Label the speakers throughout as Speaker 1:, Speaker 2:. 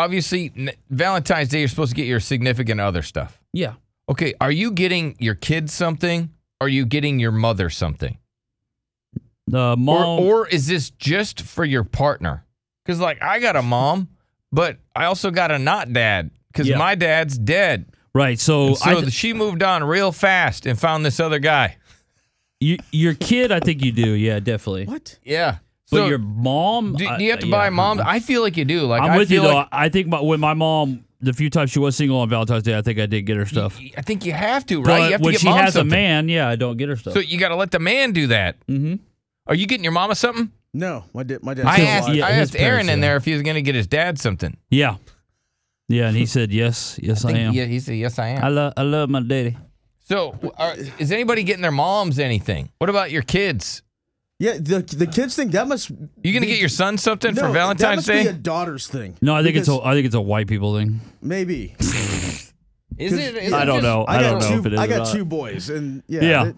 Speaker 1: obviously n- Valentine's Day you're supposed to get your significant other stuff.
Speaker 2: Yeah.
Speaker 1: Okay, are you getting your kids something? Are you getting your mother something?
Speaker 2: Uh,
Speaker 1: Or,
Speaker 2: mom.
Speaker 1: or is this just for your partner? Because like I got a mom, but I also got a not dad because
Speaker 2: Yeah.
Speaker 1: my dad's dead.
Speaker 2: right. So, I
Speaker 1: So
Speaker 2: th-
Speaker 1: she moved on real fast and found this other guy.
Speaker 2: you, your kid, I think you do. Yeah, definitely.
Speaker 3: What?
Speaker 1: Yeah.
Speaker 2: But
Speaker 1: So
Speaker 2: your
Speaker 1: do,
Speaker 2: mom.
Speaker 1: do
Speaker 2: I-
Speaker 1: you have to
Speaker 2: yeah.
Speaker 1: buy mom? I feel like you do. Like
Speaker 2: I'm
Speaker 1: I
Speaker 2: with you
Speaker 1: feel
Speaker 2: though.
Speaker 1: like
Speaker 2: I think my, when my mom, the few times she was single on Valentine's Day, I think I did get her stuff.
Speaker 1: I think you have to, right?
Speaker 2: But
Speaker 1: you have to
Speaker 2: when
Speaker 1: get
Speaker 2: she
Speaker 1: mom
Speaker 2: has
Speaker 1: something.
Speaker 2: a man, yeah, I don't get her stuff.
Speaker 1: So you got to let the man do that.
Speaker 2: mm-hmm.
Speaker 1: Are you getting your mama something?
Speaker 3: No, my dad. My dad.
Speaker 1: I
Speaker 2: his-
Speaker 1: asked,
Speaker 2: yeah,
Speaker 1: I
Speaker 2: his
Speaker 1: asked Aaron
Speaker 2: parents,
Speaker 1: in
Speaker 2: yeah.
Speaker 1: there if he was going to get his dad something.
Speaker 2: Yeah, yeah, and he said yes, yes, I,
Speaker 1: think-
Speaker 2: am.
Speaker 1: Yeah, he said, yes, I am.
Speaker 2: I love, I love my daddy.
Speaker 1: so are, is anybody getting their moms anything? What about your kids?
Speaker 3: Yeah, the the kids think that must.
Speaker 1: You going to
Speaker 3: be-
Speaker 1: get your son something
Speaker 3: no,
Speaker 1: for Valentine's
Speaker 3: that must
Speaker 1: Day?
Speaker 3: Be a daughter's thing.
Speaker 2: No, I think it's
Speaker 3: Because
Speaker 2: a, I think it's a white people thing.
Speaker 3: maybe.
Speaker 1: is it? is
Speaker 2: I
Speaker 1: it
Speaker 2: don't
Speaker 1: just-
Speaker 2: know. Oh, I,
Speaker 3: got
Speaker 2: don't
Speaker 3: two,
Speaker 2: know if it is.
Speaker 3: I
Speaker 2: or
Speaker 3: got
Speaker 2: not.
Speaker 3: two boys, and yeah,
Speaker 2: Yeah.
Speaker 3: They,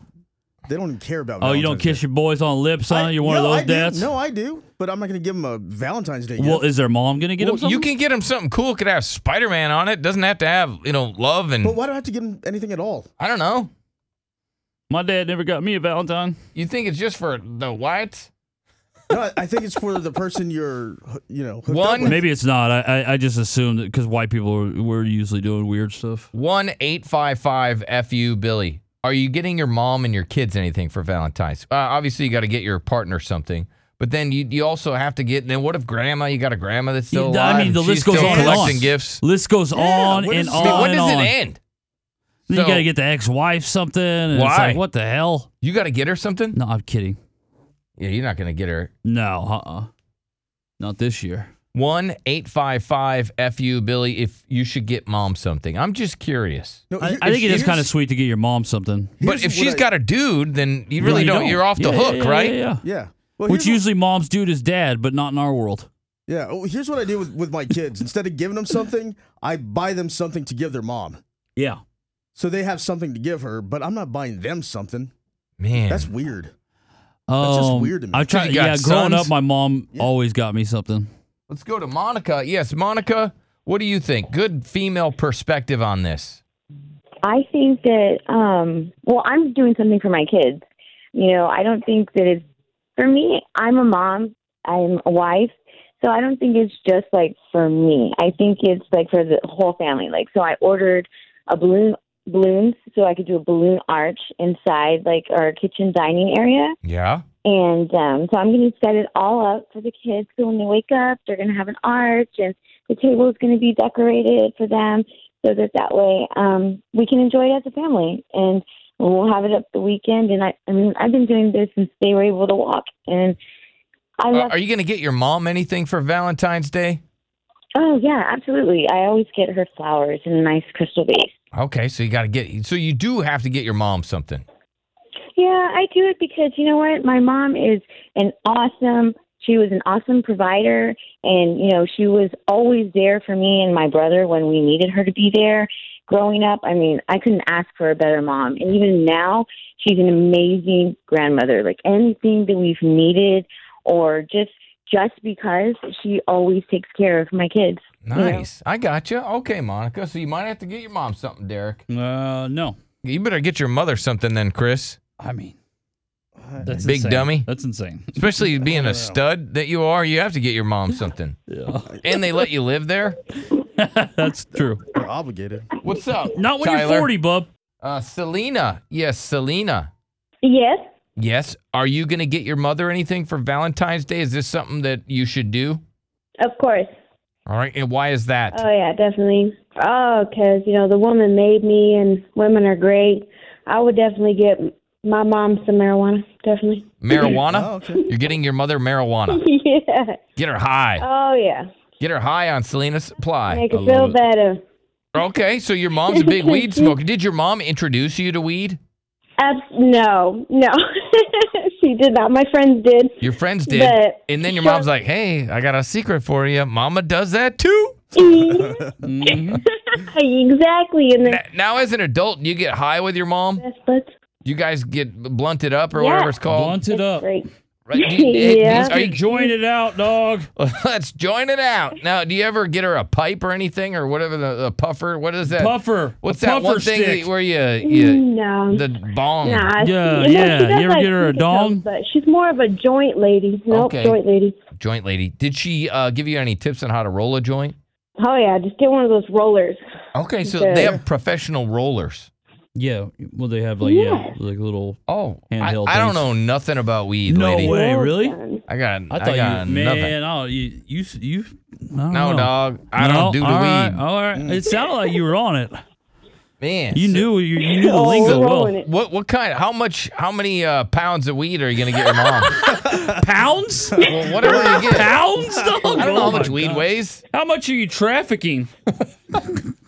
Speaker 3: they don't even care about.
Speaker 2: Oh, you don't
Speaker 3: Valentine's Day.
Speaker 2: kiss your boys on lips, huh?
Speaker 3: I-
Speaker 2: You're one
Speaker 3: no,
Speaker 2: of those
Speaker 3: I do.
Speaker 2: dads.
Speaker 3: No, I do, but I'm not going to give him a Valentine's Day.
Speaker 2: Well,
Speaker 3: gift.
Speaker 2: is their mom gonna get
Speaker 1: Well,
Speaker 2: him something?
Speaker 1: you can get him something cool. Could have Spider Man on it. Doesn't have to have you know love and
Speaker 3: but why do I have to give him anything at all?
Speaker 1: I don't know.
Speaker 2: My dad never got me a Valentine.
Speaker 1: You think it's just for the what?
Speaker 3: No, I- I think it's for the person you're, you know, hooked up
Speaker 1: One-
Speaker 3: with.
Speaker 2: Maybe it's not. I, I, I just assumed that because white people were, were usually doing weird stuff.
Speaker 1: One eight five five fu Billy. Are you getting your mom and your kids anything for Valentine's? Uh, obviously, you got to get your partner something, but then you you also have to get. Then what if grandma? You got a grandma that's still
Speaker 2: You-
Speaker 1: alive.
Speaker 2: I mean, the
Speaker 1: and she's
Speaker 2: list goes
Speaker 1: still
Speaker 2: on and
Speaker 1: collecting
Speaker 2: on.
Speaker 1: gifts.
Speaker 2: List goes on
Speaker 3: what
Speaker 2: and
Speaker 3: is-
Speaker 2: on.
Speaker 1: I mean, when
Speaker 2: and
Speaker 1: does
Speaker 2: on.
Speaker 1: it end?
Speaker 2: Then
Speaker 1: So-
Speaker 2: you got to get the ex-wife something. And It's
Speaker 1: Why?
Speaker 2: like, what the hell?
Speaker 1: You got to get her something.
Speaker 2: No, I'm kidding.
Speaker 1: Yeah, you're not gonna get her.
Speaker 2: No, uh-uh. Not this year.
Speaker 1: One eight five five fu Billy. If you should get mom something, I'm just curious.
Speaker 3: No,
Speaker 2: I,
Speaker 3: here-
Speaker 2: I think it is
Speaker 3: here's-
Speaker 2: kind of sweet to get your mom something.
Speaker 1: But
Speaker 3: here's
Speaker 1: if
Speaker 3: what
Speaker 1: she's
Speaker 3: I-
Speaker 1: got a dude, then you really
Speaker 2: you
Speaker 1: don't. You're off the
Speaker 2: Yeah, yeah,
Speaker 1: hook,
Speaker 2: yeah,
Speaker 1: right?
Speaker 2: Yeah, yeah.
Speaker 3: yeah. Well,
Speaker 2: Which
Speaker 3: here's,
Speaker 2: usually mom's dude is dad, but not in our world.
Speaker 3: yeah. oh, here's what I do with, with my kids. Instead of giving them something, I buy them something to give their mom,
Speaker 2: Yeah.
Speaker 3: so they have something to give her. But I'm not buying them something.
Speaker 1: Man,
Speaker 3: That's weird.
Speaker 2: Oh,
Speaker 3: just weird to me.
Speaker 1: So
Speaker 2: I'm
Speaker 1: you got
Speaker 2: trying. Yeah, growing
Speaker 1: sons?
Speaker 2: up, my mom always got me something.
Speaker 1: Let's go to Monica. Yes, Monica, what do you think? Good female perspective on this.
Speaker 4: I think that um well I'm doing something for my kids. You know, I don't think that it's for me, I'm a mom, I'm a wife, so I don't think it's just like for me. I think it's like for the whole family. Like so I ordered a balloon balloons so I could do a balloon arch inside like our kitchen dining area.
Speaker 1: Yeah.
Speaker 4: And um, so I'm going to set it all up for the kids. So when they wake up, they're going to have an arch, and the table is going to be decorated for them, so that that way um, we can enjoy it as a family. And we'll have it up the weekend. And I, I mean, I've been doing this since they were able to walk, and I
Speaker 1: Uh,
Speaker 4: love.
Speaker 1: are you going to get your mom anything for Valentine's Day?
Speaker 4: oh yeah, absolutely. I always get her flowers in a nice crystal vase.
Speaker 1: Okay, so you got to get so you do have to get your mom something.
Speaker 4: Yeah, I do it because you know what? My mom is an awesome. She was an awesome provider, and you know she was always there for me and my brother when we needed her to be there. Growing up, I mean, I couldn't ask for a better mom, and even now, she's an amazing grandmother. Like anything that we've needed, or just just because she always takes care of my kids. you know?
Speaker 1: Nice. I got you. Okay, Monica. So you might have to get your mom something, Derek.
Speaker 2: Uh, no.
Speaker 1: You better get your mother something then, Chris.
Speaker 2: I mean, that's
Speaker 1: Big
Speaker 2: insane.
Speaker 1: dummy.
Speaker 2: That's insane.
Speaker 1: Especially being a stud that you are, you have to get your mom something.
Speaker 2: Yeah.
Speaker 1: And they let you live there.
Speaker 2: that's true.
Speaker 3: They're obligated.
Speaker 1: What's up?
Speaker 2: Not when
Speaker 1: Tyler?
Speaker 2: you're 40, bub.
Speaker 1: Uh, Selena. Yes, Selena.
Speaker 4: Yes,
Speaker 1: Yes. Are you going to get your mother anything for Valentine's Day? Is this something that you should do?
Speaker 4: of course.
Speaker 1: All right. And why is that?
Speaker 5: Oh yeah, definitely. Oh, 'cause you know the woman made me, and women are great. I would definitely get my mom some marijuana, definitely.
Speaker 1: marijuana?
Speaker 3: Oh, okay.
Speaker 1: You're getting your mother marijuana.
Speaker 5: yeah.
Speaker 1: Get her high.
Speaker 5: Oh yeah.
Speaker 1: Get her high on Selena's supply.
Speaker 5: Make her
Speaker 2: I
Speaker 5: feel
Speaker 2: love it.
Speaker 5: better.
Speaker 1: Okay. So your mom's a big weed smoker. Did your mom introduce you to weed?
Speaker 5: Abs- no, no. she did not. My friends did.
Speaker 1: Your friends did.
Speaker 5: But-
Speaker 1: and then your
Speaker 5: Sure.
Speaker 1: mom's like, hey, I got a secret for you. Mama does that too.
Speaker 5: Mm-hmm.
Speaker 2: Mm-hmm.
Speaker 5: exactly. And then
Speaker 1: N- Now, as an adult, you get high with your mom.
Speaker 5: that's
Speaker 1: You guys get blunted up or
Speaker 5: Yeah.
Speaker 1: whatever it's called.
Speaker 2: Blunt it up.
Speaker 5: great.
Speaker 1: Right? Do you- it-
Speaker 4: Yeah.
Speaker 1: these- Are you,
Speaker 2: Join it out, dog.
Speaker 1: let's join it out. Now, do you ever get her a pipe or anything or whatever the, the puffer? What is that?
Speaker 2: Puffer.
Speaker 1: What's
Speaker 2: A
Speaker 1: that
Speaker 2: puffer
Speaker 1: one thing
Speaker 2: stick.
Speaker 1: that- where you you
Speaker 5: Mm-hmm. no.
Speaker 4: Mm.
Speaker 1: the bong?
Speaker 5: Nah,
Speaker 2: Yeah,
Speaker 5: she- no,
Speaker 2: yeah.
Speaker 5: she does
Speaker 2: You ever
Speaker 5: like
Speaker 2: get her a
Speaker 5: sneaker
Speaker 2: dong?
Speaker 5: toes, But she's more of a joint lady. Nope,
Speaker 1: Okay.
Speaker 5: joint lady.
Speaker 1: Joint lady. Did she uh, give you any tips on how to roll a joint?
Speaker 5: Oh yeah, just get one of those rollers.
Speaker 1: Okay, so
Speaker 5: Okay.
Speaker 1: they have professional rollers.
Speaker 2: Yeah. Well, they have like yeah, like little.
Speaker 1: Oh, I,
Speaker 2: Handheld
Speaker 1: I don't
Speaker 2: things.
Speaker 1: know nothing about weed,
Speaker 2: No
Speaker 1: lady.
Speaker 2: way. Wait, really?
Speaker 5: Rollers.
Speaker 1: I got I,
Speaker 2: I thought
Speaker 1: got
Speaker 2: you,
Speaker 1: nothing.
Speaker 2: man. Oh, you, you, you. I don't
Speaker 1: No,
Speaker 2: know.
Speaker 1: dog. I
Speaker 2: No,
Speaker 1: don't do the
Speaker 2: all right,
Speaker 1: weed. Mm.
Speaker 2: all right. It sounded like you were on it.
Speaker 1: Man,
Speaker 2: You
Speaker 1: so-
Speaker 2: knew you, you knew the
Speaker 5: Oh,
Speaker 2: lingo
Speaker 5: we're
Speaker 2: well.
Speaker 5: rolling it.
Speaker 1: What what kind? How much? How many uh, pounds of weed are you gonna get your mom?
Speaker 2: Pounds?
Speaker 1: well, whatever you get.
Speaker 2: Pounds? Dog?
Speaker 1: I don't know
Speaker 2: Oh
Speaker 1: how
Speaker 2: my
Speaker 1: much weed
Speaker 2: God.
Speaker 1: weighs.
Speaker 2: How much are you trafficking?